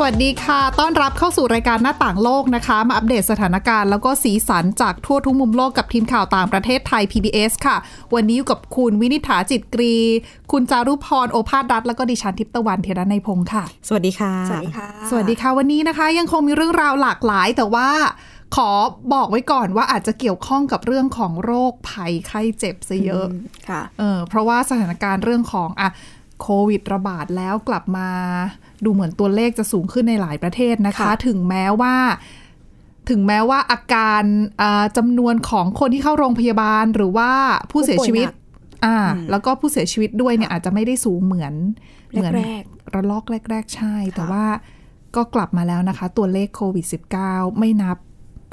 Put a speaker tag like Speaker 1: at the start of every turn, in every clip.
Speaker 1: สวัสดีค่ะ ต้อนรับเข้าสู่รายการหน้าต่างโลกนะคะ มาอัปเดตสถานการณ์แล้วก็สีสันจากทั่วทุกมุมโลกกับทีมข่าวต่างประเทศไทย PBS ค่ะ วันนี้อยู่กับคุณวินิษฐาจิตกรี คุณจารุพร โอภาสรัฐ แล้วก็ดิฉันทิพย์ตะวันเทระในยพงค์ค่ะ
Speaker 2: สวัสดีค่ะ
Speaker 3: สวัสดีค่ะ
Speaker 1: สวัสดีค่ะ วันนี้นะคะ ยังคงมีเรื่องราวหลากหลาย แต่ว่าขอบอกไว้ก่อนว่าอาจจะเกี่ยวข้องกับเรื่องของโรคภัยไข้เจ็บซะเยอะ
Speaker 3: ค่ะ
Speaker 1: เออเพราะว่าสถานการณ์เรื่องของอะโควิดระบาดแล้วกลับมาดูเหมือนตัวเลขจะสูงขึ้นในหลายประเทศนะคะ
Speaker 3: ค่ะ
Speaker 1: ถึงแม้ว่า ถึงแม้ว่าอาการเอ่อจำนวนของคนที่เข้าโรงพยาบาลหรือว่าผู้เสียชีวิต
Speaker 3: ผู้ป่วยหนัก
Speaker 1: อ่า แล้วก็ผู้เสียชีวิตด้วยเนี่ยอาจจะไม่ได้สูงเหมือนเหมืน
Speaker 3: แรก
Speaker 1: ระลอกแรก ๆ ใช่ แต่
Speaker 3: ค่ะ
Speaker 1: ว่าก็กลับมาแล้วนะคะ ตัวเลขโควิด -19 ไม่นับ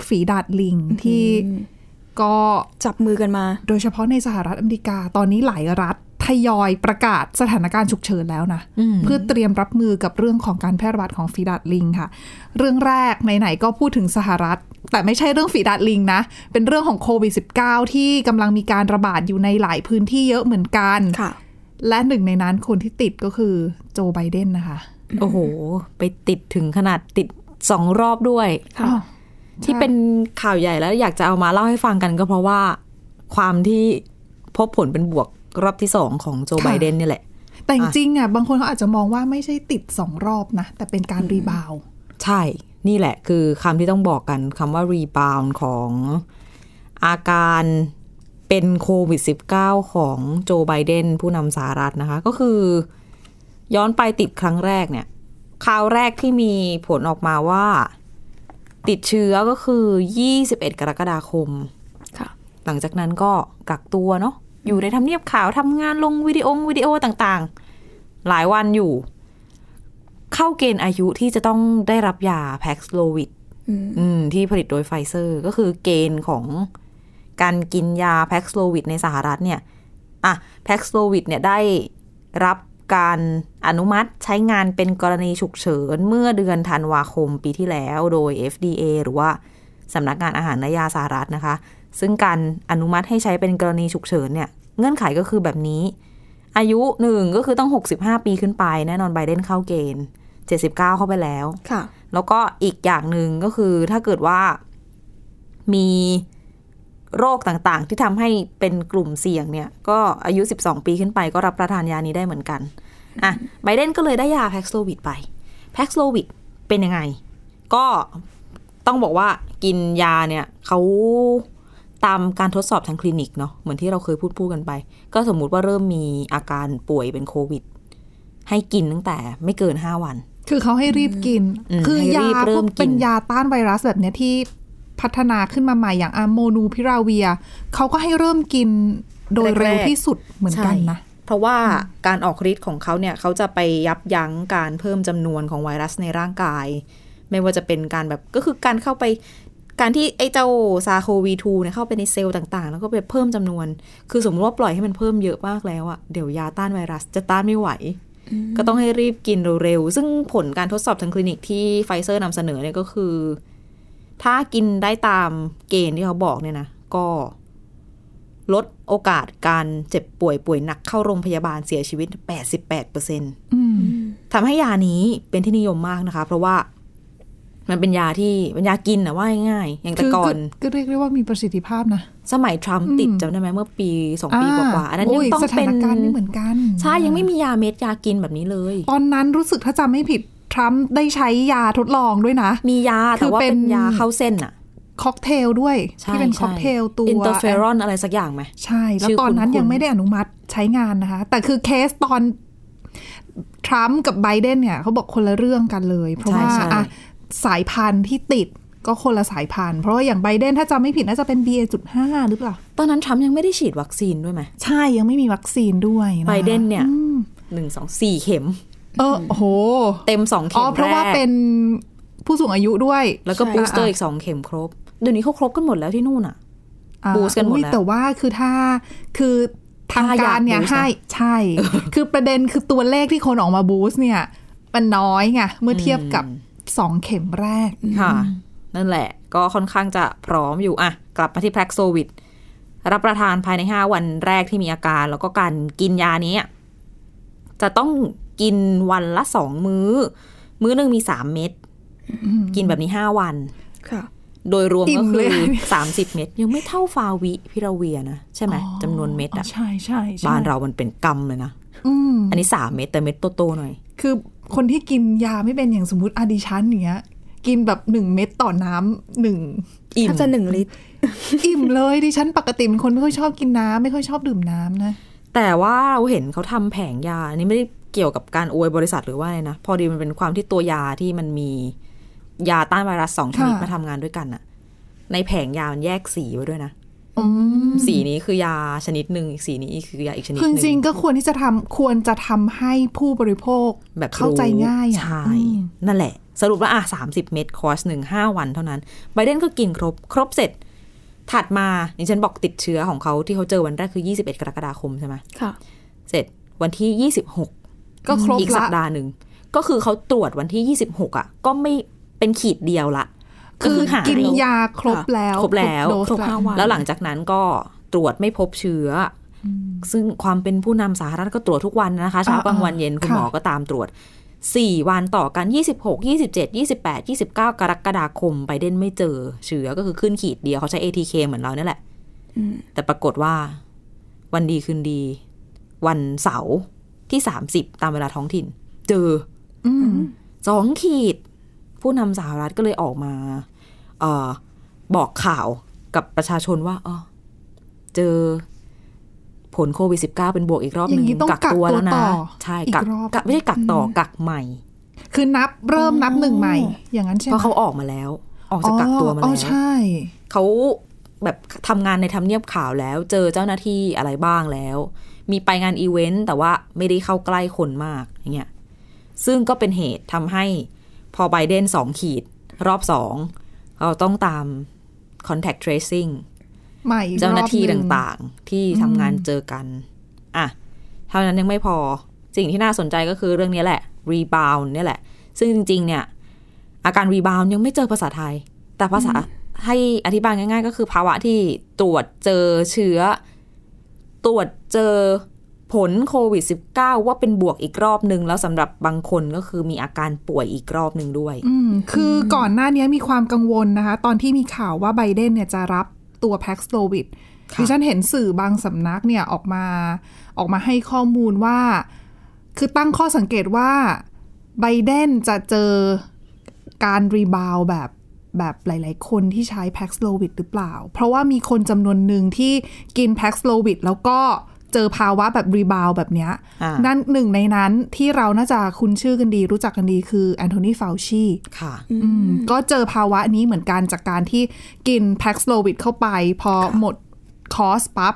Speaker 1: ฝีดาดลิงที่ก็
Speaker 3: จับมือกันมา
Speaker 1: โดยเฉพาะในสหรัฐอเมริกาตอนนี้หลายรัฐทยอยประกาศสถานการณ์ฉุกเฉินแล้วนะ
Speaker 2: อืม
Speaker 1: เพื่อเตรียมรับมือกับเรื่องของการแพร่ระบาดของฝีดาดลิงค่ะ เรื่องแรกไหนๆก็พูดถึงสหรัฐ แต่ไม่ใช่เรื่องฝีดาดลิงนะ เป็นเรื่องของโควิด -19 ที่กำลังมีการระบาดอยู่ในหลายพื้นที่เยอะเหมือนกัน
Speaker 3: ค่ะ
Speaker 1: และหนึ่งในนั้นคนที่ติดก็คือโจไบเดนนะคะ
Speaker 2: โอ้โห ไปติดถึงขนาดติดสองรอบด้วย
Speaker 3: ค่ะ
Speaker 1: อ้าว
Speaker 2: ที่
Speaker 1: ใช่
Speaker 2: เป็นข่าวใหญ่แล้วอยากจะเอามาเล่าให้ฟังกันก็เพราะว่า ความที่พบผลเป็นบวกรอบที่สองของโจไบเดนเนี่ยแหละ
Speaker 1: แต่จ
Speaker 2: อ่ะ
Speaker 1: ริงๆอ่ะบางคนเขาอาจจะมองว่าไม่ใช่ติดสองรอบนะแต่เป็นการรีบาวด์
Speaker 2: ใช่ นี่แหละคือคำที่ต้องบอกกันคำว่ารีบาวน์ของอาการเป็นโควิด -19 ของโจไบเดนผู้นำสหรัฐนะคะ ก็คือ ย้อนไปติดครั้งแรกเนี่ยข่าวแรกที่มีผลออกมาว่า ติดเชื้อก็คือ 21 กรกฎาคม
Speaker 3: ค่ะ
Speaker 2: หลังจากนั้นก็กักตัวเนาะอยู่ในทำเนียบขาวทำงานลงวิดีโอวิดีโอต่างๆ หลายวันอยู่ เข้าเกณฑ์อายุที่จะต้องได้รับยาแพ็กสโลวิด
Speaker 3: อืม
Speaker 2: อืมที่ผลิตโดยไฟเซอร์ก็คือเกณฑ์ของการกินยาแพ็กสโลวิดในสหรัฐเนี่ยอ่ะแพ็กสโลวิดเนี่ยได้รับการอนุมัติใช้งานเป็นกรณีฉุกเฉินเมื่อเดือนธันวาคมปีที่แล้วโดย FDA หรือว่า สำนักงานอาหารและยาสหรัฐนะคะ ซึ่งการอนุมัติให้ใช้เป็นกรณีฉุกเฉินเนี่ย เงื่อนไขก็คือแบบนี้ อายุหนึ่งก็คือต้อง 65 ปีขึ้นไป แน่นอนไบเดนเข้าเกณฑ์ 79 เข้าไปแล้ว
Speaker 3: ค่ะ
Speaker 2: แล้วก็อีกอย่างหนึ่งก็คือถ้าเกิดว่ามีโรคต่างๆ ที่ทำให้เป็นกลุ่มเสี่ยงเนี่ย ก็อายุ 12 ปีขึ้นไปก็รับประทานยานี้ได้เหมือนกัน อ่ะไบเดนก็เลยได้ยาแพ็กโซวิดไป แพ็กโซวิดเป็นยังไง ก็ต้องบอกว่ากินยาเนี่ยเขาตามการทดสอบทางคลินิกเนาะเหมือนที่เราเคยพูดพูดกันไป ก็สมมุติว่าเริ่มมีอาการป่วยเป็นโควิด ให้กินตั้งแต่ไม่เกิน 5 วัน
Speaker 1: คือเขาให้รีบกิน
Speaker 2: อืม
Speaker 1: คื
Speaker 2: ให้
Speaker 1: ยา
Speaker 2: รีบเริ่
Speaker 1: พวก
Speaker 2: มกิน
Speaker 1: เป็นยาต้านไวรัสแบบเนี้ยที่พัฒนาขึ้นมาใหม่อย่างอะโมนูพิราเวีย เขาก็ให้เริ่มกินโดยเร็ว
Speaker 3: แรกๆ
Speaker 1: ที่สุดเหมือนกันนะ
Speaker 2: ใช่เพราะว่าการออกฤทธิ์ของเขาเนี่ยเขาจะไปยับยั้งการเพิ่มจำนวนของไวรัสในร่างกาย ไม่ว่าจะเป็นการแบบก็คือการเข้าไปการที่ไอ้เจ้าซาโควีทูเนี่ยเข้าไปในเซลล์ต่างๆ แล้วก็ไปเพิ่มจำนวน คือสมมติว่าปล่อยให้มันเพิ่มเยอะมากแล้วอะเดี๋ยวยาต้านไวรัสจะต้านไม่ไหว ก็ต้องให้รีบกินเร็วๆซึ่งผลการทดสอบทางคลินิกที่ไฟเซอร์นำเสนอเนี่ยก็คือ ถ้ากินได้ตามเกณฑ์ที่เขาบอกเนี่ยนะก็ ลดโอกาสการเจ็บป่วยป่วยหนักเข้าโรงพยาบาลเสียชีวิต 88%
Speaker 1: อืม
Speaker 2: ทำให้ยานี้เป็นที่นิยมมากนะคะ เพราะว่ามันเป็นยาที่เป็นยากินนะว่าง่ายๆอย่างแต่
Speaker 1: คือ
Speaker 2: ก่อน
Speaker 1: ก็ก็เรียกได้ว่ามีประสิทธิภาพนะ
Speaker 2: สมัยทรัมป์ติดจำได้ไหมเมื่อปีสองปีกว่าๆอันนั้นยัง
Speaker 1: โย
Speaker 2: ต้อง
Speaker 1: ส
Speaker 2: เป็
Speaker 1: ถานนการณ์ไม่เหมือนกัน
Speaker 2: ใช่ยังไม่มียาเม็ดยากินแบบนี้เลย
Speaker 1: ตอนนั้นรู้สึกถ้าจำไม่ผิด ทรัมป์ได้ใช้ยาทดลองด้วยนะ
Speaker 2: มียาแต่ว่า
Speaker 1: คือเป็
Speaker 2: เป็น นยาเข้าเส้นอะ
Speaker 1: ค็อกเทลด้วย
Speaker 2: ใช่
Speaker 1: ที่เป็น
Speaker 2: ใช่
Speaker 1: ค็อกเทลตัว
Speaker 2: อินเตอร์เฟรอนอะไรสักอย่างไหม
Speaker 1: ใช่แล้ว
Speaker 2: ชื่อ
Speaker 1: ตอนนั้น
Speaker 2: คุ้นๆ
Speaker 1: ยังไม่ได้อนุมัติใช้งานนะคะ แต่คือเคสตอนทรัมป์กับไบเดนเนี่ยเขาบอกคนละเรื่องกันเลย เพราะว่า
Speaker 2: ใช่ใช่
Speaker 1: อ่ะสายพันธุ์ที่ติดก็คนละสายพันธุ์ เพราะว่าอย่างไบเดนถ้าจำไม่ผิดน่าจะเป็น BA.5 หรือเปล่า
Speaker 2: ตอนนั้นทรัมป์ยังไม่ได้ฉีดวัคซีนด้วยไหม
Speaker 1: ใช่ยังไม่มีวัคซีนด้วยะคะ
Speaker 2: ไบเดนเนี่ย
Speaker 1: อืม
Speaker 2: หนึ่งสองสี่เข็ม
Speaker 1: เออโอ้โห
Speaker 2: เต็มสองเข็
Speaker 1: อ๋อ
Speaker 2: ม
Speaker 1: เพราะว่า
Speaker 2: แก
Speaker 1: เป็นผู้สูงอายุด้วย
Speaker 2: แล้วก็
Speaker 3: ใช่
Speaker 2: บูสเตอร์
Speaker 1: อ่ะ
Speaker 2: อีกสองเข็มครบ เดี๋ยวนี้เขาครบกันหมดแล้วที่นู่นอ่ะ
Speaker 1: อ่า
Speaker 2: boost กันหมด
Speaker 1: อุ๊ย
Speaker 2: แล้ว
Speaker 1: แต่ว่าคือถ้าคือทาง
Speaker 2: ถ้าอยาก
Speaker 1: การเนี่ย
Speaker 2: boost นะ
Speaker 1: ให้ใช่ คือประเด็นคือตัวเลขที่คนออกมาบูสต์เนี่ย มันน้อยไงเมื่อเทียบกับสองเข็มแรก
Speaker 2: ค่ะ นั่นแหละ ก็ค่อนข้างจะพร้อมอยู่อะกลับมาที่แพร็กโซวิดรับประทานภายใน 5 วันแรกที่มีอาการ แล้วก็การกินยานี้ จะต้องกินวันละ 2 มื้อ มื้อหนึ่งมี 3 เม็ดกินแบบนี้ 5 วัน
Speaker 3: ค่ะ
Speaker 2: โดยรวม
Speaker 1: อิ่
Speaker 2: ก็
Speaker 1: ม
Speaker 2: คื
Speaker 1: เล
Speaker 2: อ
Speaker 1: ย
Speaker 2: 30 เม็ดยังไม่เท่าฟาวิพิราเวียนะ ใช่ไหมจำนวนเม็ด
Speaker 1: อ๋
Speaker 2: อะ
Speaker 1: อใช่ใช่ใช่
Speaker 2: บ้านเรามันเป็นกำเลยนะ
Speaker 1: อืม
Speaker 2: อันนี้ 3 เม็ดแต่เม็ดโตๆหน่อย
Speaker 1: คือคนที่กินยาไม่เป็นอย่างสมมติอาดิชันอย่างเนี้ย กินแบบหนึ่งเม็ดต่อน้ำหนึ่ง
Speaker 2: อิ่ม
Speaker 3: ถ้าจะหนึ่งลิตร
Speaker 1: อิ่มเลยดิฉันปกติเป็นคนไม่ค่อยชอบกินน้ำไม่ค่อยชอบดื่มน้ำนะ
Speaker 2: แต่ว่าเราเห็นเขาทำแผงยา อันนี้ไม่ได้เกี่ยวกับการอวยบริษัทหรือว่าอะไรนะ พอดีมันเป็นความที่ตัวยาที่มันมียาต้านไวรัสสองชนิด
Speaker 1: ค่ะ
Speaker 2: มาทำงานด้วยกันอะในแผงยามันแยกสีไว้ด้วยนะ
Speaker 1: อืม
Speaker 2: สีนี้คือยาชนิดหนึ่งอีกสีนี้คือยาอีกชนิดห
Speaker 1: คือจ
Speaker 2: นึ่ง
Speaker 1: ริงๆก็ควรที่จะทำควรจะทำให้ผู้บริโภค
Speaker 2: แบบ
Speaker 1: เข้าใจง่ายอะ
Speaker 2: ใช่
Speaker 1: อืม
Speaker 2: นั่นแหละ สรุปว่าอ่ะสามสิบเม็ดคอร์สหนึ่งห้าวันเท่านั้น ไบเดนก็กินครบ ครบเสร็จ ถัดมาดิฉันบอกติดเชื้อของเขาที่เขาเจอวันแรกคือ 21 กรกฎาคมใช่ไหม
Speaker 3: ค่ะ
Speaker 2: เสร็จวันที่ 26
Speaker 1: ก็ครบ
Speaker 2: อีกสั
Speaker 1: ละ
Speaker 2: ปดาห์หนึ่ง ก็คือเขาตรวจวันที่ 26 อ่ะ ก็ไม่เป็นขีดเดียวละ ก็
Speaker 1: คือ
Speaker 2: คือหาย
Speaker 1: กินยาครบแล้ว
Speaker 2: ครบแล้ว
Speaker 1: โดส
Speaker 3: ครบ
Speaker 1: ละ
Speaker 3: ห้าวัน
Speaker 2: แล้วหลังจากนั้นก็ตรวจไม่พบเชื้ออซึ่งความเป็นผู้นำสาธารณรัฐก็ตรวจทุกวันนะคะ เช้ากลางวันเย็นคุณหมอก็ตามตรวจ 4 วันต่อกัน 26 27 28 29 กรกฎาคมไปเดนไม่เจอเชื้อก็คือขึ้นขีดเดียวเขาใช้ ATK เหมือนเราเนี่ยแหละ
Speaker 3: อืม
Speaker 2: แต่ปรากฏว่าวันดีคืนดี วันเสาร์ที่ 30 ตามเวลาท้องถิ่น เจอ
Speaker 1: อืม
Speaker 2: สองขีด ผู้นำสหรัฐก็เลยออกมาเออบอกข่าวกับประชาชนว่าอ๋อเจอผลโควิด -19 เป็นบวกอีกรอบ
Speaker 1: อ
Speaker 2: ห
Speaker 1: ย่า
Speaker 2: นึ่
Speaker 1: ง
Speaker 2: ง
Speaker 1: นี้ต้องกักตัว
Speaker 2: แล้ว
Speaker 1: ต่
Speaker 2: นะ
Speaker 1: อ
Speaker 2: ใช่
Speaker 1: อี
Speaker 2: กั
Speaker 1: กรอบ
Speaker 2: กักไม่ได้กักต่อกักใหม่
Speaker 1: คือนับเริ่มนับหนึ่งใหม่ อย่างนั้นใช่ไหม
Speaker 2: เพราะเขาออกมาแล้ว ออกจากกักตัวมา
Speaker 1: อ๋อ
Speaker 2: แล้
Speaker 1: อ๋อ
Speaker 2: ว
Speaker 1: ใช่
Speaker 2: เขาแบบทำงานในทำเนียบข่าวแล้ว เจอเจ้าหน้าที่อะไรบ้างแล้ว มีไปงานอีเวนต์แต่ว่าไม่ได้เข้าใกล้คนมากอย่างเงี้ยซึ่งก็เป็นเหตุทำให้พอไบเดนสองขีด รอบสองเราต้องตาม contact tracing
Speaker 1: ใหม่อีกรอบ
Speaker 2: เจ้าหน้าที่
Speaker 1: ง
Speaker 2: ต่างๆ ที่ทำงานเจอกัน อ่ะ เท่านั้นยังไม่พอ สิ่งที่น่าสนใจก็คือเรื่องนี้แหละ รีบาวเนี่ยแหละ ซึ่งจริง ๆ เนี่ย อาการรีบาวยังไม่เจอภาษาไทย แต่ภาษาให้อธิบายง่าย ๆ ก็คือภาวะที่ตรวจเจอเชื้อ ตรวจเจอผลโควิด -19 ว่าเป็นบวกอีกรอบหนึ่งแล้วสำหรับบางคนก็คือมีอาการป่วยอีกรอบหนึ่งด้วย
Speaker 1: อืมคืออก่อนหน้านี้มีความกังวลนะคะ ตอนที่มีข่าวว่าไบเดนเนี่ยจะรับตัวแพ็กสโลวิด
Speaker 2: ค่ะ
Speaker 1: ดิฉันเห็นสื่อบางสำนักเนี่ยออกมาออกมาให้ข้อมูลว่า คือตั้งข้อสังเกตว่าไบเดนจะเจอการรีบาวด์แบบแบบหลาย ๆ คนที่ใช้แพ็กสโลวิดหรือเปล่า เพราะว่ามีคนจำนวนหนึ่งที่กินแพ็กสโลวิดแล้วก็เจอภาวะแบบรีบาวด์แบบเนี้ย
Speaker 2: อ่า
Speaker 1: นั่นหนึ่งในนั้นที่เราน่าจะคุ้นชื่อกันดี รู้จักกันดีคือแอนโทนีฟาวชี
Speaker 2: ค่ะ
Speaker 1: อืมก็เจอภาวะนี้เหมือนกันจากการที่กินแพ็กสโลวิดเข้าไป พอหมดคอร์สปั๊บ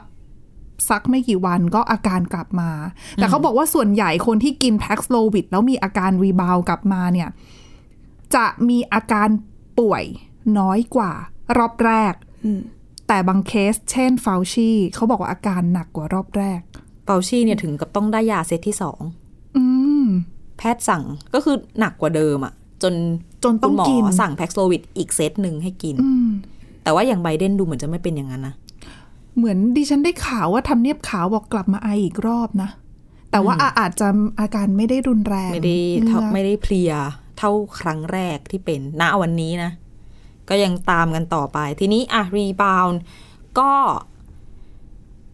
Speaker 1: สักไม่กี่วันก็อาการกลับมา แต่เขาบอกว่าส่วนใหญ่คนที่กินแพ็กสโลวิดแล้วมีอาการรีบาวด์กลับมาเนี่ย จะมีอาการป่วยน้อยกว่า รอบแรก
Speaker 3: อืม
Speaker 1: แต่บางเคส เช่นฟาวชีเขาบอกว่าอาการหนักกว่ารอบแรก
Speaker 2: เปาชี่เนี่ยถึงกับต้องได้ยาเซตที่สอง
Speaker 1: อืม
Speaker 2: แพทย์สั่งก็คือหนักกว่าเดิมอะ่ะ จน
Speaker 1: จนต้องกิน
Speaker 2: คุณหมอสั่งแพ็กโซวิดอีกเซตหนึ่งให้กิน
Speaker 1: อืม
Speaker 2: แต่ว่าอย่างไบเดนดูเหมือนจะไม่เป็นอย่างนั้นนะ
Speaker 1: เหมือนดิฉันได้ข่าวว่าทำเนียบขาวบอกกลับมาไออีกรอบนะ แต่ว่าอาอาจจะอาการไม่ได้รุนแรง
Speaker 2: ไม่ได้เท่า
Speaker 1: เลือก
Speaker 2: ไม่ได้เพลียเท่าครั้งแรกที่เป็นณวันนี้นะ ก็ยังตามกันต่อไป ทีนี้อะรีบาวน์ก็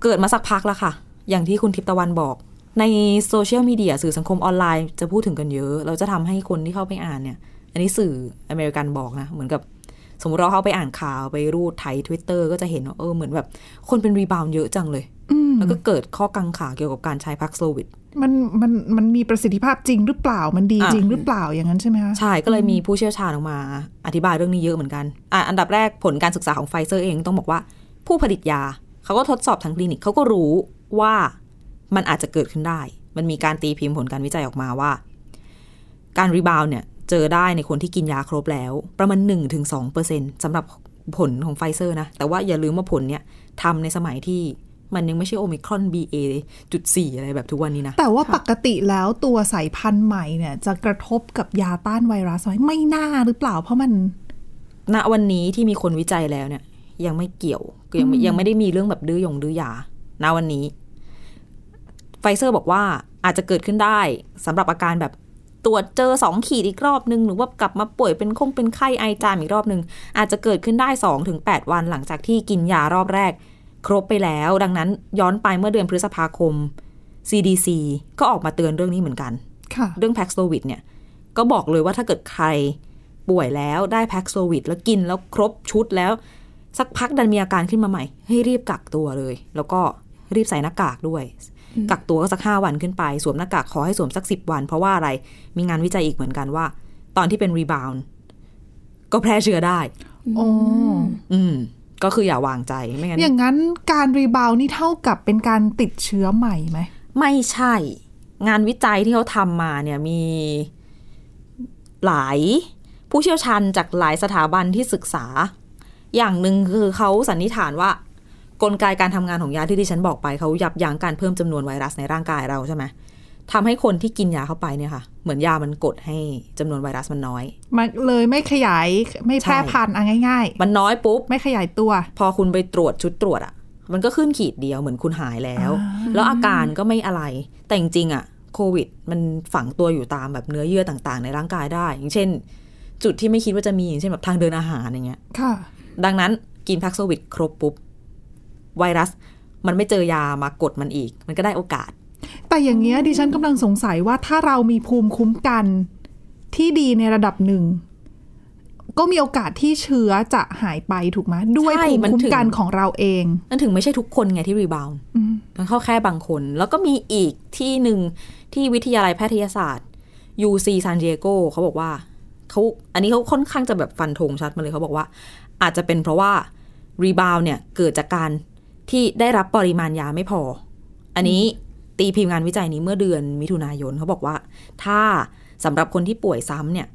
Speaker 2: เกิดมาสักพักแล้วค่ะ อย่างที่คุณทิพย์ตะวันบอก ในโซเชียลมีเดียสื่อสังคมออนไลน์จะพูดถึงกันเยอะ เราจะทำให้คนที่เข้าไปอ่านเนี่ย อันนี้สื่ออเมริกันบอกนะ เหมือนกับ สมมติเราเข้าไปอ่านข่าวไปรูดไถทวิตเตอร์ก็จะเห็นว่าเออเหมือนแบบคนเป็นรีบาวน์เยอะจังเลย
Speaker 1: อืม
Speaker 2: แล้วก็เกิดข้อกังขาเกี่ยวกับการใช้พักโซวิด
Speaker 1: มันมันมันมีประสิทธิภาพจริงหรือเปล่ามันดี
Speaker 2: อ่ะ
Speaker 1: จริงหรือเปล่าอย่างนั้นใช่ไหมคะ
Speaker 2: ใช่ ก็เลยมีผู้เชี่ยวชาญออกมา อธิบายเรื่องนี้เยอะเหมือนกันอ่ะอันดับแรกผลการศึกษาของไฟเซอร์เองต้องบอกว่า ผู้ผลิตยา เขาก็ทดสอบทางคลินิกเขาก็รู้ว่ามันอาจจะเกิดขึ้นได้ มันมีการตีพิมพ์ผลการวิจัยออกมาว่า การรีบาวด์เนี่ย เจอได้ในคนที่กินยาครบแล้ว ประมาณ 1-2%สำหรับผลของไฟเซอร์นะ แต่ว่าอย่าลืมว่าผลเนี่ยทำในสมัยที่ มันยังไม่ใช่โอมิครอน BA จุดสี่อะไรแบบทุกวันนี้นะ
Speaker 1: แต่ว่าปกติแล้วตัวสายพันธุ์ใหม่เนี่ย จะกระทบกับยาต้านไวรัสไหมไม่น่าหรือเปล่าเพราะมัน
Speaker 2: ณวันนี้ที่มีคนวิจัยแล้วเนี่ย ยังไม่เกี่ยวยังไม่ยังไม่ได้มีเรื่องแบบดื้อยงดื้อยาณวันนี้ไฟเซอร์บอกว่าอาจจะเกิดขึ้นได้สำหรับอาการแบบตรวจเจอสองขีดอีกรอบนึง หรือว่ากลับมาป่วยเป็นคงเป็นไข้ไอจามอีกรอบนึง อาจจะเกิดขึ้นได้สองถึงแปดวันหลังจากที่กินยารอบแรก ครบไปแล้ว ดังนั้นย้อนไปเมื่อเดือนพฤษภาคม CDC ก็ออกมาเตือนเรื่องนี้เหมือนกัน
Speaker 1: ค่ะ
Speaker 2: เรื่องแพ็กโซวิดเนี่ย ก็บอกเลยว่าถ้าเกิดใครป่วยแล้วได้แพ็กโซวิดแล้วกินแล้วครบชุดแล้ว สักพักดันมีอาการขึ้นมาใหม่ ให้รีบกักตัวเลย แล้วก็รีบใส่หน้ากากด้วย กักตัวก็สักห้าวันขึ้นไป สวมหน้ากากขอให้สวมสักสิบวัน เพราะว่าอะไรมีงานวิจัยอีกเหมือนกันว่า ตอนที่เป็นรีบาวน์ก็แพร่เชื้อได้
Speaker 1: โอ้
Speaker 2: อืม ก็คืออย่าวางใจไม่งั้น
Speaker 1: อย่างนั้นการรีบาวด์นี่เท่ากับเป็นการติดเชื้อใหม่ไหม
Speaker 2: ไม่ใช่ งานวิจัยที่เขาทำมาเนี่ยมีหลายผู้เชี่ยวชาญจากหลายสถาบันที่ศึกษา อย่างหนึ่งคือเขาสันนิษฐานว่า กลไกการทำงานของยาที่ดิฉันบอกไปเขายับยั้งการเพิ่มจำนวนไวรัสในร่างกายเราใช่ไหมทำให้คนที่กินยาเข้าไปเนี่ยค่ะ เหมือนยามันกดให้จำนวนไวรัสมันน้อย
Speaker 1: มันเลยไม่ขยายไม่แพร่พันธุ์เอ่ะง่าย
Speaker 2: มันน้อยปุ๊บ
Speaker 1: ๆ ไม่ขยายตัว
Speaker 2: พอคุณไปตรวจชุดตรวจอะมันก็ขึ้นขีดเดียวเหมือนคุณหายแล้ว แล้วอาการก็ไม่อะไร แต่จริงๆอะโควิด มันฝังตัวอยู่ตามแบบเนื้อเยื่อต่างๆ ในร่างกายได้ อย่างเช่น จุดที่ไม่คิดว่าจะมีอย่างเช่นแบบทางเดินอาหารอย่างเงี้ย
Speaker 1: ค่ะ
Speaker 2: ดังนั้นกินพักโซวิดครบปุ๊บ ไวรัส มันไม่เจอยามากดมันอีก มันก็ได้โอกาส
Speaker 1: แต่อย่างเงี้ยดิฉันกำลังสงสัยว่าถ้าเรามีภูมิคุ้มกันที่ดีในระดับหนึ่ง ก็มีโอกาสที่เชื้อจะหายไปถูกไหมด้วย
Speaker 2: ใช่
Speaker 1: ภูมิ
Speaker 2: มัน
Speaker 1: คุ้ม
Speaker 2: ถึง
Speaker 1: กันของเราเอง
Speaker 2: นั่นถึงไม่ใช่ทุกคนไงที่รีบาวด์
Speaker 1: อืม
Speaker 2: มันเข้าแค่บางคน แล้วก็มีอีกที่หนึ่งที่วิทยาลัยแพทยศาสตร์ UC San Diego เขาบอกว่าเขาอันนี้เขาค่อนข้างจะแบบฟันธงชัดมาเลยเขาบอกว่า อาจจะเป็นเพราะว่ารีบาวเนี่ยเกิดจากการที่ได้รับปริมาณยาไม่พอ อันนี้ตีพิมพ์งานวิจัยนี้เมื่อเดือนมิถุนายนเขาบอกว่า ถ้าสำหรับคนที่ป่วยซ้ำเนี่ย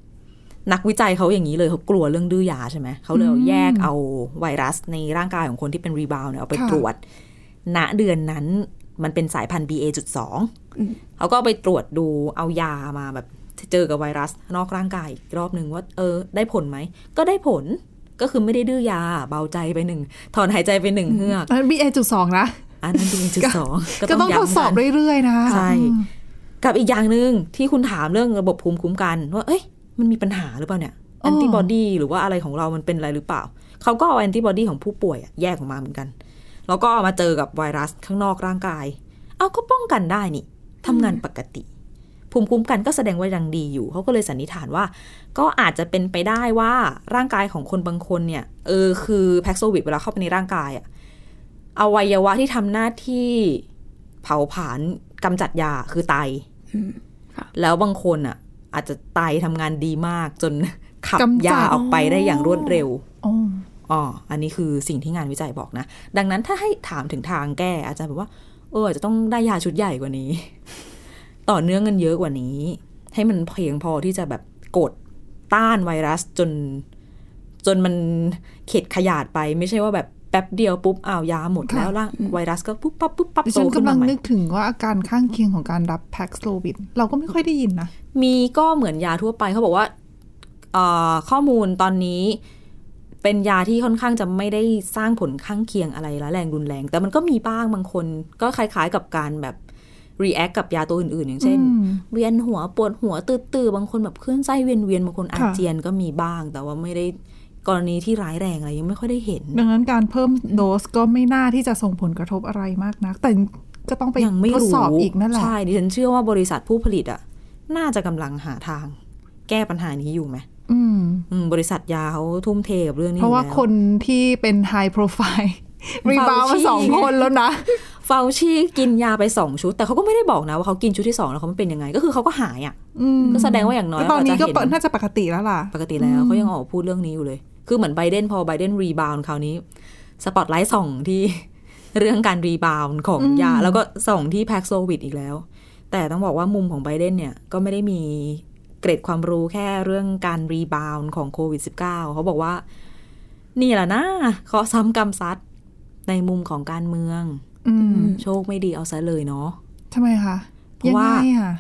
Speaker 2: นักวิจัยเขาอย่างนี้เลยเขากลัวเรื่องดื้อยาใช่ไหมเขาเลยเอาแยกเอาไวรัสในร่างกายของคนที่เป็นรีบาวเนี่ยเอาไป
Speaker 1: ค่ะ
Speaker 2: ตรวจ ณเดือนนั้นมันเป็นสายพันธุ์ BA.2 เขาก็ไปตรวจดูเอายามาแบบเจอกับไวรัสนอกร่างกายอีกรอบหนึ่งว่า เออ ได้ผลไหม ก็ได้ผลก็คือไม่ได้ดื้อยาเบาใจไปหนึ่ง ถอนหายใจไปหนึ่งเฮือก
Speaker 1: บีเอจุดสองนะ
Speaker 2: อันนั้น BA.2
Speaker 1: ก็ต้องทดสอบ
Speaker 2: ย้ำกัน
Speaker 1: เรื่อยๆนะ
Speaker 2: ใช่
Speaker 1: อืม
Speaker 2: กับอีกอย่างหนึ่งที่คุณถามเรื่องระบบภูมิคุ้มกัน ว่า เอ้ยมันมีปัญหาหรือเปล่าเนี่ยแอนติบอดีหรือว่าอะไรของเรามันเป็นอะไรหรือเปล่า เขาก็เอาแอนติบอดีของผู้ป่วยอะแยกออกมาเหมือนกัน แล้วก็เอามาเจอกับไวรัสข้างนอกร่างกาย เอาก็ป้องกันได้นี่ทำงานปกติ ภูมิคุ้มกันก็แสดงว่ายังดีอยู่ เขาก็เลยสันนิษฐานว่า ก็อาจจะเป็นไปได้ว่าร่างกายของคนบางคนเนี่ย เออคือแพ็กโซวิดเวลาเข้าไปในร่างกายอะอวัยวะที่ทำหน้าที่เผาผลาญกำจัดยาคือไต แล้วบางคนอ่ะ อาจจะไตทำงานดีมากจน ขับยาออกไปได้อย่างรวดเร็ว
Speaker 1: โอ้
Speaker 2: อ๋อ อันนี้คือสิ่งที่งานวิจัยบอกนะ ดังนั้นถ้าให้ถามถึงทางแก้ อาจารย์บอกว่า เอออาจจะต้องได้ยาชุดใหญ่กว่านี้ ต่อเนื่องกันเยอะกว่านี้ ให้มันเพียงพอที่จะแบบกดต้านไวรัสจน จนมันเข็ดขยาดไป ไม่ใช่ว่าแบบแป๊บเดียวปุ๊บอ้าวยาหมดแล้วล่ะไวรัสก็ปุ๊บปั๊บปุ๊บปั๊บ
Speaker 1: ดิ
Speaker 2: โต
Speaker 1: ฉัน
Speaker 2: ขึ้น
Speaker 1: กำลั
Speaker 2: มางใหม่
Speaker 1: นึกถึงว่าอาการข้างเคียงของการรับแพ็กโซวิดเราก็ไม่ค่อยได้ยินนะ
Speaker 2: มีก็เหมือนยาทั่วไปเขาบอกว่าเอ่อข้อมูลตอนนี้เป็นยาที่ค่อนข้างจะไม่ได้สร้างผลข้างเคียงอะไรร้ายแรงรุนแรง แต่มันก็มีบ้างบางคน ก็คล้ายๆกับการแบบ react กับยาตัวอื่นๆ อย่างเช่น
Speaker 1: อืม
Speaker 2: เวียนหัวปวดหัวตื้อๆบางคนแบบคลื่นไส้เวียนเวียนๆบางคนอา
Speaker 1: ค่ะ
Speaker 2: เจียนก็มีบ้าง แต่ว่าไม่ได้กรณีที่ร้ายแรงอะไรยังไม่ค่อยได้เห็น
Speaker 1: ดังนั้นการเพิ่มโดสก็ไม่น่าที่จะส่งผลกระทบอะไรมากนัก แต่ก็ต้องไป
Speaker 2: ยังไม่
Speaker 1: ทด
Speaker 2: รู้
Speaker 1: สอบอีกนั่นแหละ
Speaker 2: ใช่ดิฉันเชื่อว่าบริษัทผู้ผลิตอะน่าจะกำลังหาทาง แก้ปัญหานี้อยู่ไหม
Speaker 1: อืม
Speaker 2: อืมบริษัทยาเขาทุ่มเทกับเรื่องนี้
Speaker 1: เพราะว่า
Speaker 2: อยู่แล้ว
Speaker 1: คนที่เป็นไฮโปรไฟ ล์ รีบาวมา
Speaker 2: Fauci
Speaker 1: สองคนแล้วนะ
Speaker 2: เฟลชี่กินยาไปสองชุด แต่เขาก็ไม่ได้บอกนะว่าเขากินชุดที่สองแล้วเขามันเป็นยังไง ก็คือเขาก็หายอ่ะ
Speaker 1: อืม
Speaker 2: ก็แสดงว่าอย่างน้อย
Speaker 1: แต่ตอนนี้ก็
Speaker 2: เราจะเห็น
Speaker 1: น่าจะปกติแล้วล่ะ
Speaker 2: ปกติแล้วเขายังออกพูดเรื่องนี้อยู่เลย คือเหมือนไบเดนพอไบเดนรีบาวน์คราวนี้ สปอตไลท์ส่องที่ เรื่องการรีบาวน์ของยา แล้วก็ส่องที่แพ็กโซวิดอีกแล้ว แต่ต้องบอกว่ามุมของไบเดนเนี่ยก็ไม่ได้มีเกร็ดความรู้แค่เรื่องการรีบาวน์ของโควิด -19 เขาบอกว่า นี่แหละนะเคราะห์ซ้ำกรรมซัดในมุมของการเมือง
Speaker 1: อืม
Speaker 2: โชคไม่ดีเอาซะเลยเนาะ
Speaker 1: ทำไมคะ
Speaker 2: เพราะว่า
Speaker 1: ยังไงอะ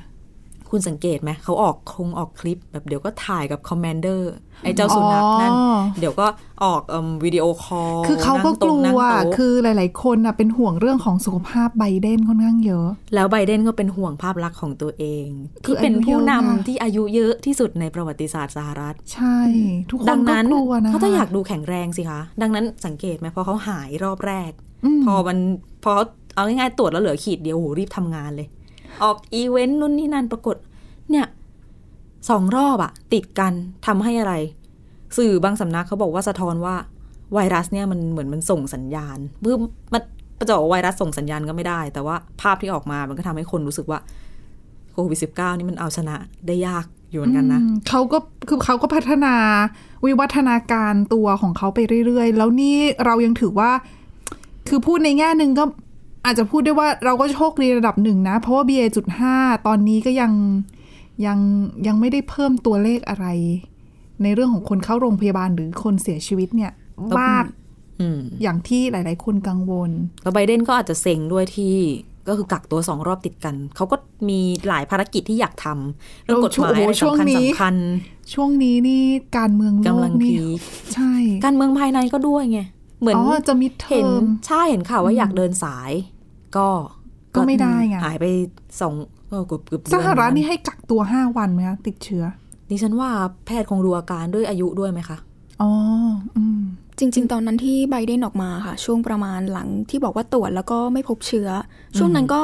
Speaker 2: คุณสังเกตไหมเขาออกคงออกคลิปแบบเดี๋ยวก็ถ่ายกับคอมแมนเดอร์ไอ้เจ้าสุนัขนั่น
Speaker 1: อ๋อ
Speaker 2: เดี๋ยวก็ออกเอิ่มวิดีโอคอล
Speaker 1: คือเขาก็กลัว
Speaker 2: นั่งโต๊ะนั่งโต๊ะ
Speaker 1: คือหลาย ๆ คนน่ะเป็นห่วงเรื่องของสุขภาพไบเดนค่อนข้างเยอะ
Speaker 2: แล้วไบเดนก็เป็นห่วงภาพลักษณ์ของตัวเอง
Speaker 1: คือ
Speaker 2: ที่เป็นผู้นำ
Speaker 1: อายุเยอะมาก
Speaker 2: ที่อายุเยอะที่สุดในประวัติศาสตร์สหรัฐ
Speaker 1: ใช่ ทุกค
Speaker 2: ดั
Speaker 1: น
Speaker 2: ง
Speaker 1: ก็
Speaker 2: นั้น
Speaker 1: กลัวนะ
Speaker 2: เขาต้องอยากดูแข็งแรงสิคะ ดังนั้นสังเกตไหมพอเขาหายรอบแรก
Speaker 1: ม
Speaker 2: พอมันพอเอาง่ายๆตรวจแล้วเหลือขีดเดียวโหรีบทำงานเลย ออกอีเวนต์นู่นนี่นั่นปรากฏ เนี่ยสองรอบอะติดกันทำให้อะไร สื่อบางสำนักเขาบอกว่าสะท้อนว่า ไวรัสเนี่ยมันเหมือนมันส่งสัญญาณเพื่อมันจะบอกว่าไวรัสส่งสัญญาณก็ไม่ได้ แต่ว่าภาพที่ออกมามันก็ทำให้คนรู้สึกว่าโควิดสิบเก้านี่มันเอาชนะได้ยากอยู่เหมือนกันนะ
Speaker 1: อืมเขาก็คือเขาก็พัฒนาวิวัฒนาการตัวของเขาไปเรื่อย ๆ แล้วนี่เรายังถือว่า คือพูดในแง่หนึ่งก็อาจจะพูดได้ว่าเราก็โชคดีระดับหนึ่งนะ เพราะว่า BA.5 ตอนนี้ก็ยังยังยังไม่ได้เพิ่มตัวเลขอะไร ในเรื่องของคนเข้าโรงพยาบาลหรือคนเสียชีวิตเนี่ย
Speaker 2: ต้อง
Speaker 1: มาก
Speaker 2: อืม
Speaker 1: อย่างที่หลาย ๆ คนกังวล
Speaker 2: แล้วไบเดนก็อาจจะเซ็งด้วยที่ก็คือกักตัวสองรอบติดกัน เขาก็มีหลายภารกิจที่อยากทำเรื่องกฎหมาย
Speaker 1: โอ้โห
Speaker 2: อะไร
Speaker 1: ช่วง
Speaker 2: สำคัญ
Speaker 1: นี้
Speaker 2: สำคัญ
Speaker 1: ช่วงนี้นี่การเมืองโล
Speaker 2: กำลั
Speaker 1: ก
Speaker 2: ง
Speaker 1: นี่
Speaker 2: พีค
Speaker 1: ใช่
Speaker 2: การเมืองภายในก็ด้วยไง เหมือน
Speaker 1: อ๋อจะมิดเท
Speaker 2: เห็
Speaker 1: อน ม
Speaker 2: ใช่เห็นข่าวว่าอยากเดินสาย ก็
Speaker 1: ก็ไม่ได้ไง
Speaker 2: หายไปสองก็เกือบเกือบเดือ
Speaker 1: สหรัฐนี่
Speaker 2: เหมือ
Speaker 1: ให้กักตัวห้าวันไหมคะติดเชื้อ
Speaker 2: กัดิฉันว่าแพทย์คงดูอาการด้วยอายุด้วยไหมคะ
Speaker 1: อ๋อ อืม
Speaker 3: จริง ๆ ตอนนั้นที่ไบเดนออกมาค่ะ ช่วงประมาณหลังที่บอกว่าตรวจแล้วก็ไม่พบเชื้อ ช่วงนั้นก็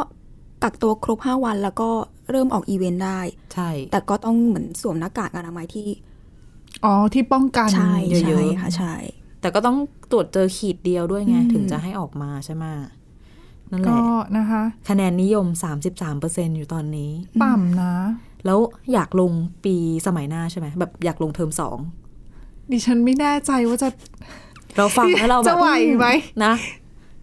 Speaker 3: กักตัวครบ 5 วันแล้วก็เริ่มออกอีเวนต์ได้
Speaker 2: ใช่
Speaker 3: แต่ก็ต้องเหมือนสวมหน้ากากอนามัยที่
Speaker 1: อ๋อ ที่ป้องกัน
Speaker 3: ใช่ใช่
Speaker 1: เยอะ
Speaker 3: ค่ะใช่
Speaker 2: แต่ก็ต้องตรวจเจอขีดเดียวด้วยไง
Speaker 3: อืม
Speaker 2: ถึงจะให้ออกมาใช่ไหมนั่น
Speaker 1: ๆ
Speaker 2: แหละ
Speaker 1: ก็นะคะ
Speaker 2: คะแนนนิยม 33%อยู่ตอนนี้
Speaker 1: ต่ำนะ
Speaker 2: แล้วอยากลงปีสมัยหน้าใช่ไหมแบบอยากลงเทอมสอง
Speaker 1: ดิฉันไม่แน่ใจว่าจะ
Speaker 2: เรา ฟังแล้วเราแบบ
Speaker 1: จะไหวไหม
Speaker 2: อืนะ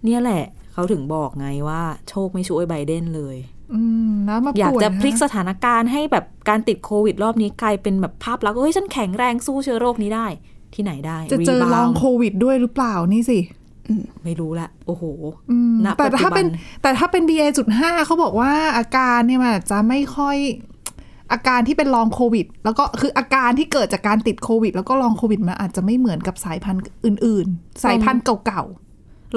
Speaker 2: เนี่ยแหละ เขาถึงบอกไงว่า โชคไม่ช่วยไบเดนเลย
Speaker 1: อืม แล้วมา
Speaker 2: อยาก
Speaker 1: ป่วย
Speaker 2: จะ
Speaker 1: น
Speaker 2: พลิกสถานการณ์ให้แบบการติดโควิดรอบนี้กลายเป็นแบบภาพลักษณ์ว่าเฮ้ยฉันแข็งแรงสู้เชื้อโรคนี้ได้ ที่ไหนได้
Speaker 1: จะเจอ
Speaker 2: รีบาวด์
Speaker 1: ลองโควิดด้วยหรือเปล่านี่สิ
Speaker 2: ไม่รู้ละโอ้โห
Speaker 1: อืม
Speaker 2: ณ
Speaker 1: แต่ถ้า
Speaker 2: ปัจจุบัน
Speaker 1: เป็นแต่ถ้าเป็น BA.5 เขาบอกว่าอาการเนี่ยมันจะไม่ค่อยอาการที่เป็นลองโควิด แล้วก็คืออาการที่เกิดจากการติดโควิด แล้วก็ลองโควิดมันอาจจะไม่เหมือนกับสายพันธุ์อื่น ๆ สายพันธุ์เก่า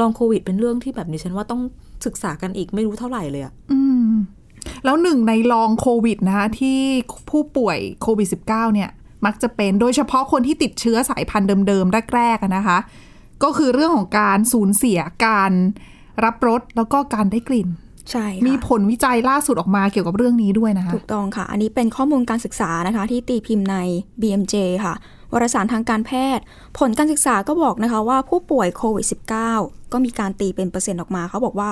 Speaker 2: ลองโควิดเป็นเรื่องที่แบบนี้ฉันว่าต้องศึกษากันอีกไม่รู้เท่าไหร่เลยอะ
Speaker 1: ๆอืม แล้วหนึ่งในลองโควิดนะคะที่ผู้ป่วยโควิด -19 เนี่ย มักจะเป็นโดยเฉพาะคนที่ติดเชื้อสายพันธุ์เดิมๆแรกๆอะนะคะ ก็คือเรื่องของการสูญเสียการรับรสแล้วก็การได้กลิ่น
Speaker 3: ใช่ค่ะ
Speaker 1: มีผลวิจัยล่าสุดออกมาเกี่ยวกับเรื่องนี้ด้วยนะคะ
Speaker 3: ถูกต้องค่ะ อันนี้เป็นข้อมูลการศึกษานะคะ ที่ตีพิมพ์ใน BMJ ค่ะ วารสารทางการแพทย์ ผลการศึกษาก็บอกนะคะว่าผู้ป่วยโควิด -19 ก็มีการตีเป็นเปอร์เซ็นต์ออกมา เขาบอกว่า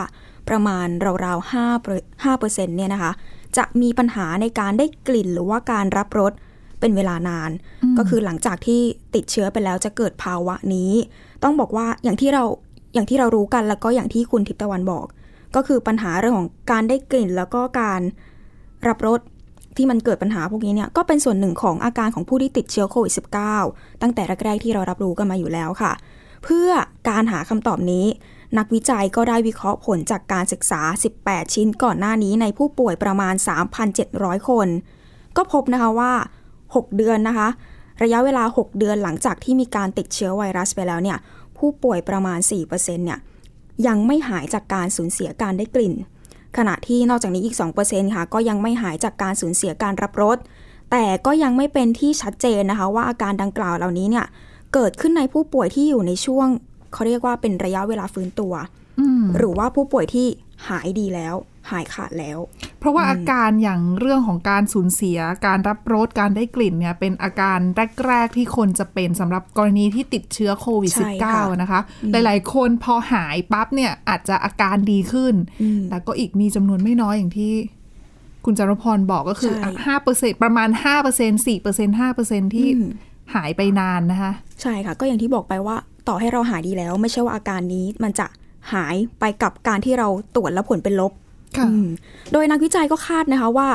Speaker 3: ประมาณราวๆ5เปอร์เซ็นต์เนี่ยนะคะ จะมีปัญหาในการได้กลิ่นหรือว่าการรับรสเป็นเวลานาน ก็คือหลังจากที่ติดเชื้อไปแล้วจะเกิดภาวะนี้ ต้องบอกว่าอย่างที่เราอย่างที่เรารู้กันแล้วก็อย่างที่คุณทิพย์ตะวันบอก ก็คือปัญหาเรื่องของการได้กลิ่นแล้วก็การ รับรสที่มันเกิดปัญหาพวกนี้เนี่ยก็เป็นส่วนหนึ่งของอาการของผู้ที่ติดเชื้อโควิด -19 ตั้งแต่แรกๆที่เรารับรู้กันมาอยู่แล้วค่ะ เพื่อการหาคำตอบนี้ นักวิจัยก็ได้วิเคราะห์ผลจากการศึกษา 18 ชิ้นก่อนหน้านี้ในผู้ป่วยประมาณ 3,700 คน ก็พบนะคะว่า 6 เดือนนะคะ ระยะเวลา 6 เดือนหลังจากที่มีการติดเชื้อไวรัสไปแล้วเนี่ยผู้ป่วยประมาณ 4%เนี่ยยังไม่หายจากการสูญเสียการได้กลิ่น ขณะที่นอกจากนี้อีก 2%ค่ะ ก็ยังไม่หายจากการสูญเสียการรับรส แต่ก็ยังไม่เป็นที่ชัดเจนนะคะ ว่าอาการดังกล่าวเหล่านี้เนี่ย เกิดขึ้นในผู้ป่วยที่อยู่ในช่วง เขาเรียกว่าเป็นระยะเวลาฟื้นตัว
Speaker 1: อืม
Speaker 3: หรือว่าผู้ป่วยที่หายดีแล้ว หายขาดแล้ว
Speaker 1: เพราะว่าอาการอย่างเรื่องของการสูญเสีย การรับรสการได้กลิ่นเนี่ย เป็นอาการแรก ๆ ที่คนจะเป็นสำหรับกรณีที่ติดเชื้อโควิด
Speaker 3: ใช่ค่ะ
Speaker 1: -19 นะคะ หลายๆ คนพอหายปั๊บเนี่ย อาจจะอาการดีขึ้น
Speaker 3: อืม
Speaker 1: แต่ก็อีกมีจำนวนไม่น้อยอย่างที่ คุณจารพรบอกก็คือ
Speaker 3: ใช่
Speaker 1: ห้าเปอร์เซ็นประมาณห้าเปอร์เซ็นสี่เปอร์เซ็นห้าเปอร์เซ็นที่
Speaker 3: อืม
Speaker 1: หายไปนานนะคะ
Speaker 3: ใช่ค่ะ ก็อย่างที่บอกไปว่าต่อให้เราหายดีแล้ว ไม่ใช่ว่าอาการนี้มันจะหายไปกับการที่เราตรวจแล้วผลเป็นลบ
Speaker 1: ค่ะ
Speaker 3: อืมโดยนักวิจัยก็คาดนะคะว่า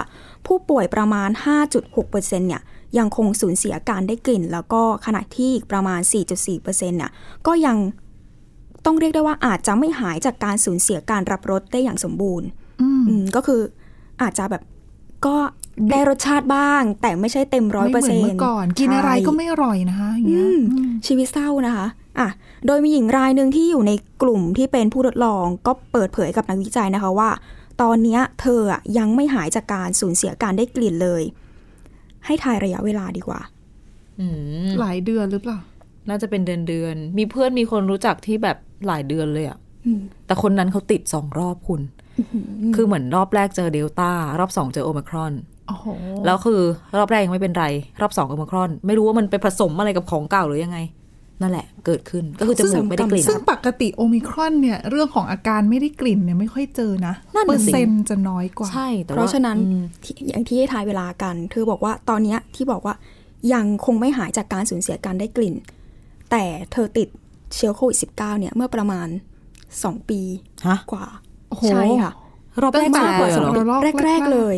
Speaker 3: ผู้ป่วยประมาณ 5.6%เนี่ยยังคงสูญเสียการได้กลิ่น แล้วก็ขณะที่อีกประมาณ 4.4%เนี่ยก็ยัง ต้องเรียกได้ว่าอาจจะไม่หายจากการสูญเสียการรับรสได้อย่างสมบูรณ์
Speaker 1: อืม
Speaker 3: อืมก็คืออาจจะแบบก็ได้รสชาติบ้าง แต่ไม่ใช่เต็มร้อยเปอร์เซ็นต์
Speaker 1: ไม่หมืนเมื่อก่อนกินอะไรก็ไม่อร่อยนะคะอย่างเงี้ยอืม
Speaker 3: ชีวิตเศร้านะคะอ่ะโดยมีหญิงรายหนึ่งที่อยู่ในกลุ่มที่เป็นผู้ทดลองก็เปิดเผยกับนักวิจัยนะคะว่า ตอนเนี้ยเธออะยังไม่หายจากการสูญเสียการได้กลิ่นเลย ให้ทายระยะเวลาดีกว่า
Speaker 2: อืม
Speaker 1: หลายเดือนหรือเปล่า
Speaker 2: น่าจะเป็นเดือนเดือนๆมีเพื่อนมีคนรู้จักที่แบบหลายเดือนเลยอะแต่คนนั้นเขาติดสองรอบคุณ คือเหมือนรอบแรกเจอเดลต้ารอบสองเจอโอมครอน
Speaker 1: โอ้โห
Speaker 2: แล้วคือรอบแรกยังไม่เป็นไร รอบสองโอมครอน ไม่รู้ว่ามันไปผสมอะไรกับของเก่าหรือยังไง นั่นแหละ เกิดขึ้นก็คือจมูกไม่ได้กลิ่น
Speaker 1: ซึ่งปกติโอมิครอนเนี่ย เรื่องของอาการไม่ได้กลิ่นเนี่ยไม่ค่อยเจอนะ
Speaker 2: นั่นน่ะสิ
Speaker 1: เปอร์เซ็นต์จะน้อยกว่า
Speaker 2: ใช่แต่ว่
Speaker 3: เพราะฉะนั้น
Speaker 2: อืม
Speaker 3: ที่อย่างที่ให้ทายเวลากัน เธอบอกว่าตอนเนี้ยที่บอกว่ายังคงไม่หายจากการสูญเสียการได้กลิ่น แต่เธอติดเชื้อโควิด -19 เนี่ยเมื่อประมาณ 2 ปี
Speaker 2: ฮะ
Speaker 3: กว่า
Speaker 1: โอ้โห
Speaker 3: ใช่ค่ะ
Speaker 2: รอบแรก
Speaker 1: ตั้
Speaker 2: เจ
Speaker 1: ง
Speaker 2: อ
Speaker 1: แต่
Speaker 2: เลยเหรอ
Speaker 1: ระลอก
Speaker 3: แรก ๆ
Speaker 1: แรกๆ
Speaker 3: เลย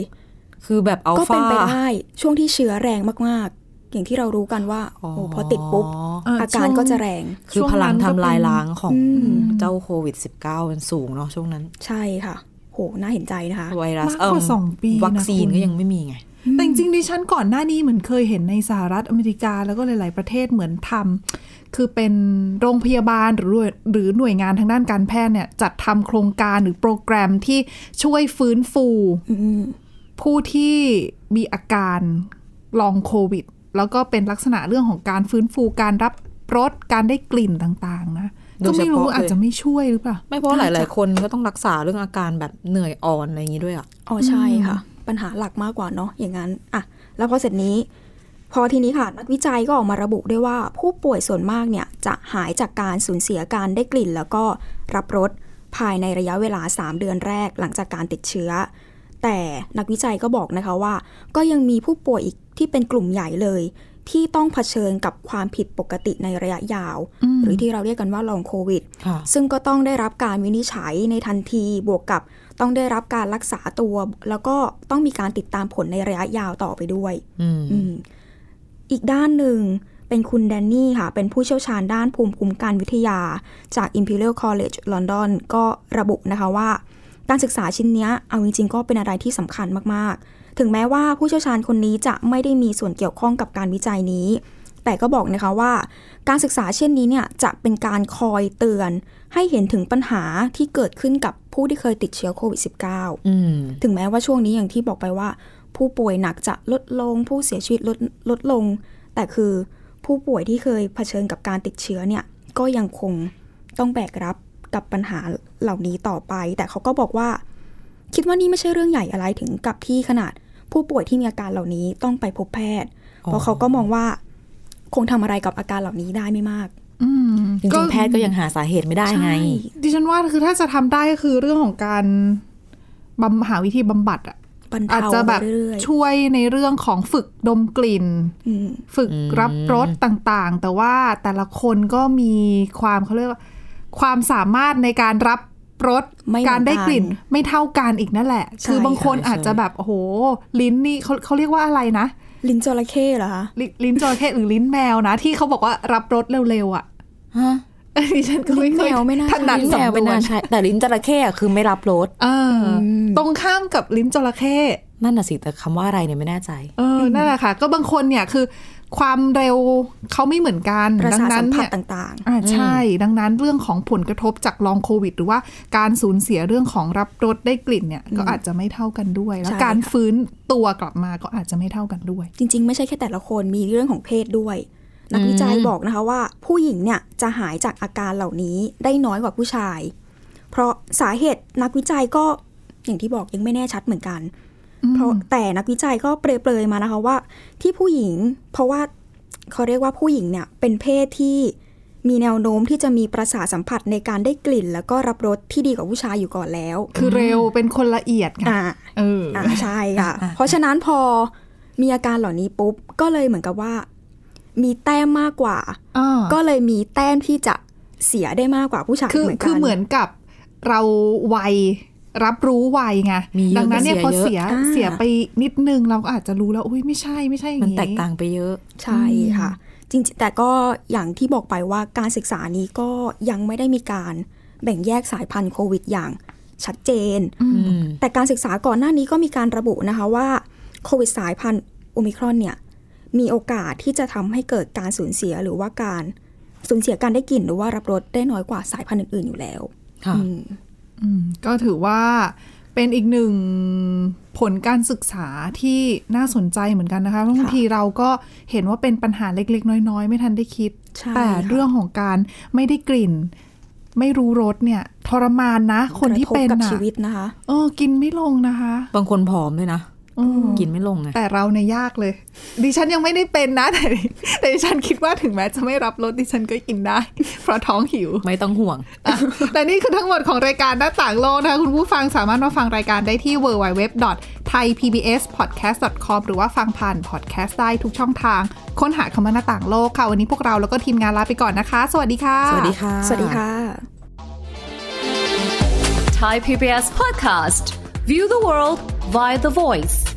Speaker 2: คือแบบอัล
Speaker 3: ก็เป็
Speaker 2: ฟาน
Speaker 3: ไปได้ช่วงที่เชื้อแรงมากๆ อย่างที่เรารู้กันว่าโอ้โหพอติดปุ๊บ
Speaker 2: อ๋อ
Speaker 1: เ
Speaker 3: อาการก็จะแรง
Speaker 2: คือพลังทำลายล้างของ
Speaker 3: อืม
Speaker 2: เจ้าโควิด -19 มันสูงเนาะช่วงนั้น
Speaker 3: ใช่ค่ะ โหน่าเห็นใจนะคะ
Speaker 2: ไวรัส
Speaker 1: มากกว่า
Speaker 2: เม
Speaker 1: สองปีนะ
Speaker 2: วัคซีน
Speaker 1: คุณ
Speaker 2: ก็ยังไม่มีไง
Speaker 1: แต่จริงๆดิฉันก่อนหน้านี้เหมือนเคยเห็นในสหรัฐอเมริกาแล้วก็หลายๆประเทศเหมือนทำคือเป็นโรงพยาบาลหรือหรือหน่วยงานทางด้านการแพทย์เนี่ยจัดทำโครงการหรือโปรแกรมที่ช่วยฟื้นฟู
Speaker 3: อืม
Speaker 1: ผู้ที่มีอาการลองโควิด แล้วก็เป็นลักษณะเรื่องของการฟื้นฟูการรับรสการได้กลิ่นต่างๆ นะ
Speaker 2: โด
Speaker 1: ก็
Speaker 2: ยเฉพาะ
Speaker 1: ไม่รู้
Speaker 2: เลย
Speaker 1: อาจจะไม่ช่วยหรือเปล่า
Speaker 2: ไม่เพราะห
Speaker 3: น่าจะ
Speaker 2: ลาย ๆ คนก็ต้องรักษาเรื่องอาการแบบเหนื่อยอ่อนอะไรอย่างนี้ด้วยอ่ะ
Speaker 3: อ๋อใช่ค่ะ ปัญหาหลักมากกว่าเนาะอย่างนั้นอ่ะแล้วพอเสร็จนี้ พอทีนี้ค่ะนักวิจัยก็ออกมาระบุด้วยว่า ผู้ป่วยส่วนมากเนี่ยจะหายจากการสูญเสียการได้กลิ่น แล้วก็รับรสภายในระยะเวลา 3 เดือนแรกหลังจากการติดเชื้อ แต่นักวิจัยก็บอกนะคะว่า ก็ยังมีผู้ป่วยอีกที่เป็นกลุ่มใหญ่เลย ที่ต้องเผชิญกับความผิดปกติในระยะยาว หรือที่เราเรียกกันว่าลองโควิด
Speaker 2: ค่ะ
Speaker 3: ซึ่งก็ต้องได้รับการวินิจฉัยในทันทีบวกกับต้องได้รับการรักษาตัว แล้วก็ต้องมีการติดตามผลในระยะยาวต่อไปด้วย
Speaker 2: อืม
Speaker 3: อืมอีกด้านหนึ่งเป็นคุณแดนนี่ค่ะ เป็นผู้เชี่ยวชาญด้านภูมิคุ้มกันวิทยาจาก Imperial College London ก็ระบุนะคะว่า การศึกษาชิ้นเนี้ยเอาจริงๆก็เป็นอะไรที่สำคัญมากๆ ถึงแม้ว่าผู้เชี่ยวชาญคนนี้จะไม่ได้มีส่วนเกี่ยวข้องกับการวิจัยนี้ แต่ก็บอกนะคะว่า การศึกษาเช่นนี้เนี่ยจะเป็นการคอยเตือน ให้เห็นถึงปัญหาที่เกิดขึ้นกับผู้ที่เคยติดเชื้อโควิด -19
Speaker 2: อืม
Speaker 3: ถึงแม้ว่าช่วงนี้อย่างที่บอกไปว่า ผู้ป่วยหนักจะลดลง ผู้เสียชีวิตลดลดลง แต่คือผู้ป่วยที่เคยเผชิญกับการติดเชื้อเนี่ยก็ยังคงต้องแบกรับกับปัญหาเหล่านี้ต่อไป แต่เขาก็บอกว่า คิดว่านี่ไม่ใช่เรื่องใหญ่อะไรถึงกับที่ขนาด ผู้ป่วยที่มีอาการเหล่านี้ต้องไปพบแพทย์
Speaker 2: อ๋อ
Speaker 3: เพราะเขาก็มองว่า คงทำอะไรกับอาการเหล่านี้ได้ไม่มาก
Speaker 1: อืม
Speaker 2: จริง ๆ แพทย์ก็ยังหาสาเหตุไม่ได้ไง
Speaker 3: ใช่
Speaker 1: ดิฉันว่าคือถ้าจะทำได้ก็คือเรื่องของการบำหาวิธีบำบัดอะ
Speaker 3: บรร
Speaker 1: อาจ
Speaker 3: เทา
Speaker 1: จะ
Speaker 3: ไป
Speaker 1: แบบ
Speaker 3: เรื่อย
Speaker 1: ช่วยในเรื่องของฝึกดมกลิ่น
Speaker 3: ๆอืม
Speaker 1: ฝึก
Speaker 2: อืม
Speaker 1: รับรสต่างๆ แต่ว่าแต่ละคนก็มีความเขาเรียกว่าความสามารถในการรับรส
Speaker 3: ไม่เหมือนกัน
Speaker 1: การได้กลิ่น ไม่เท่ากันอีกนั่นแหละ
Speaker 3: ใช่
Speaker 1: คือบางคนอาจจะแบบ โอ้โห ลิ้นนี่เขาเขาเรียกว่าอะไรนะ
Speaker 3: ลิ้นจระเข้เหรอคะ
Speaker 1: ลิลิ้นจระเข้หรือลิ้นแมวนะ ที่เขาบอกว่ารับรสเร็วๆอ่ะ
Speaker 2: ฮะ
Speaker 1: เอ้ยดิฉันก็ไม่เคย
Speaker 3: ลิ้นแมวไม่น่า
Speaker 1: ถนัด
Speaker 2: ลิ้นแมว
Speaker 1: สำน
Speaker 2: เป็น
Speaker 1: วน
Speaker 2: นาใช่แต่ลิ้นจระเข้อะคือไม่รับรส
Speaker 1: เอออตรงข้ามกับลิ้นจระเข้
Speaker 2: นั่นน่ะสิ แต่คำว่าอะไรเนี่ยไม่แน่ใจ
Speaker 1: เอออนั่นแหละค่ะ ก็บางคนเนี่ยคือความเร็วเขาไม่เหมือนกัน
Speaker 3: ประ
Speaker 1: ดั
Speaker 3: สาท
Speaker 1: นั้
Speaker 3: สั
Speaker 1: น
Speaker 3: มผัส
Speaker 1: เนี่ย
Speaker 3: ต่างๆ
Speaker 1: อ่าใช่ ดังนั้นเรื่องของผลกระทบจากลองโควิด หรือว่าการสูญเสียเรื่องของรับรสได้กลิ่นเนี่ยก็อาจจะไม่เท่ากันด้วย แล้ว
Speaker 3: ใช่
Speaker 1: การ
Speaker 3: ค่ะ
Speaker 1: ฟื้นตัวกลับมาก็อาจจะไม่เท่ากันด้วย
Speaker 3: จริงๆ ไม่ใช่แค่แต่ละคนมีเรื่องของเพศด้วย นักวิจัยบอกนะคะว่า ผู้หญิงเนี่ยจะหายจากอาการเหล่านี้ได้น้อยกว่าผู้ชาย เพราะสาเหตุนักวิจัยก็อย่างที่บอกยังไม่แน่ชัดเหมือนกัน เพราะแต่นักวิจัยก็เปรยๆมานะคะว่า ที่ผู้หญิง เพราะว่าเขาเรียกว่าผู้หญิงเนี่ยเป็นเพศที่มีแนวโน้มที่จะมีประสาทสัมผัสในการได้กลิ่น แล้วก็รับรสที่ดีกว่าผู้ชายอยู่ก่อนแล้ว
Speaker 1: คือเร็วเป็นคนละเอียดค่ะ
Speaker 3: อ่า
Speaker 1: เอออ
Speaker 3: อ่าใช่ค่ะ เพราะฉะนั้นพอมีอาการเหล่านี้ปุ๊บ ก็เลยเหมือนกับว่า มีแต้มมากกว่า
Speaker 1: อ่า
Speaker 3: ก็เลยมีแต้มที่จะเสียได้มากกว่าผู้ชาย
Speaker 1: คือ
Speaker 3: เหมือนกัน
Speaker 1: คือเหมือนกับเราวัยรับรู้วัยไง
Speaker 2: มีเยอะ
Speaker 1: ดันั้นเนี่ย
Speaker 2: กับ
Speaker 1: พอเสี
Speaker 2: เสีย
Speaker 1: ย
Speaker 2: เยอะ
Speaker 3: อ่า
Speaker 1: เสียไปนิดนึงเราก็อาจจะรู้แล้วอุ้ยไม่ใช่ไม่ใช่อย่าง
Speaker 2: มัน
Speaker 1: นี้
Speaker 2: แตกต่างไปเยอะ
Speaker 3: ใช่ค่ะ จริงๆแต่ก็อย่างที่บอกไปว่าการศึกษานี้ก็ยังไม่ได้มีการแบ่งแยกสายพันธุ์โควิดอย่างชัดเจน
Speaker 2: อืม
Speaker 3: แต่การศึกษาก่อนหน้านี้ก็มีการระบุนะคะว่าโควิดสายพันธุ์โอมิครอนเนี่ยมีโอกาสที่จะทำให้เกิดการสูญเสียหรือว่าการสูญเสียการได้กลิ่นหรือว่ารับรสได้น้อยกว่าสายพันธุ์อื่นๆอยู่แล้ว
Speaker 2: ค่ะ
Speaker 3: อืม
Speaker 1: อืมก็ถือว่าเป็นอีกหนึ่งผลการศึกษาที่น่าสนใจเหมือนกันนะคะเพราะบางทีเราก็เห็นว่าเป็นปัญหาเล็ก ๆ น้อยๆ ไม่ทันได้คิด
Speaker 3: ใช่
Speaker 1: แต่
Speaker 3: ค่ะ
Speaker 1: เรื่องของการไม่ได้กลิ่น ไม่รู้รสเนี่ย ทรมานนะ คนที่เป็น
Speaker 3: กระทบกับ
Speaker 1: อ่ะ
Speaker 3: ชีวิตนะคะ
Speaker 1: เออกินไม่ลงนะคะ
Speaker 2: บางคนผอมด้วยนะ
Speaker 1: อืม
Speaker 2: กินไม่ลงไง
Speaker 1: แต่เราเนี่ยยากเลย ดิฉันยังไม่ได้เป็นนะ แต่แต่ดิฉันคิดว่าถึงแม้จะไม่รับรสดิฉันก็กินได้ เพราะท้องหิว
Speaker 2: ไม่ต้องห่วง
Speaker 1: อ่ะและนี่คือทั้งหมดของรายการหน้าต่างโลกนะคะ คุณผู้ฟังสามารถมาฟังรายการได้ที่ www.thaipbspodcast.com หรือว่าฟังผ่านพอดแคสต์ได้ทุกช่องทาง ค้นหาคำว่าหน้าต่างโลกค่ะ วันนี้พวกเราแล้วก็ทีมงานลาไปก่อนนะคะ สวัสดีค่ะ
Speaker 2: สวัสดีค่ะ
Speaker 3: สวัสดีค่ะ
Speaker 4: Thai PBS podcast. View the world via the voice.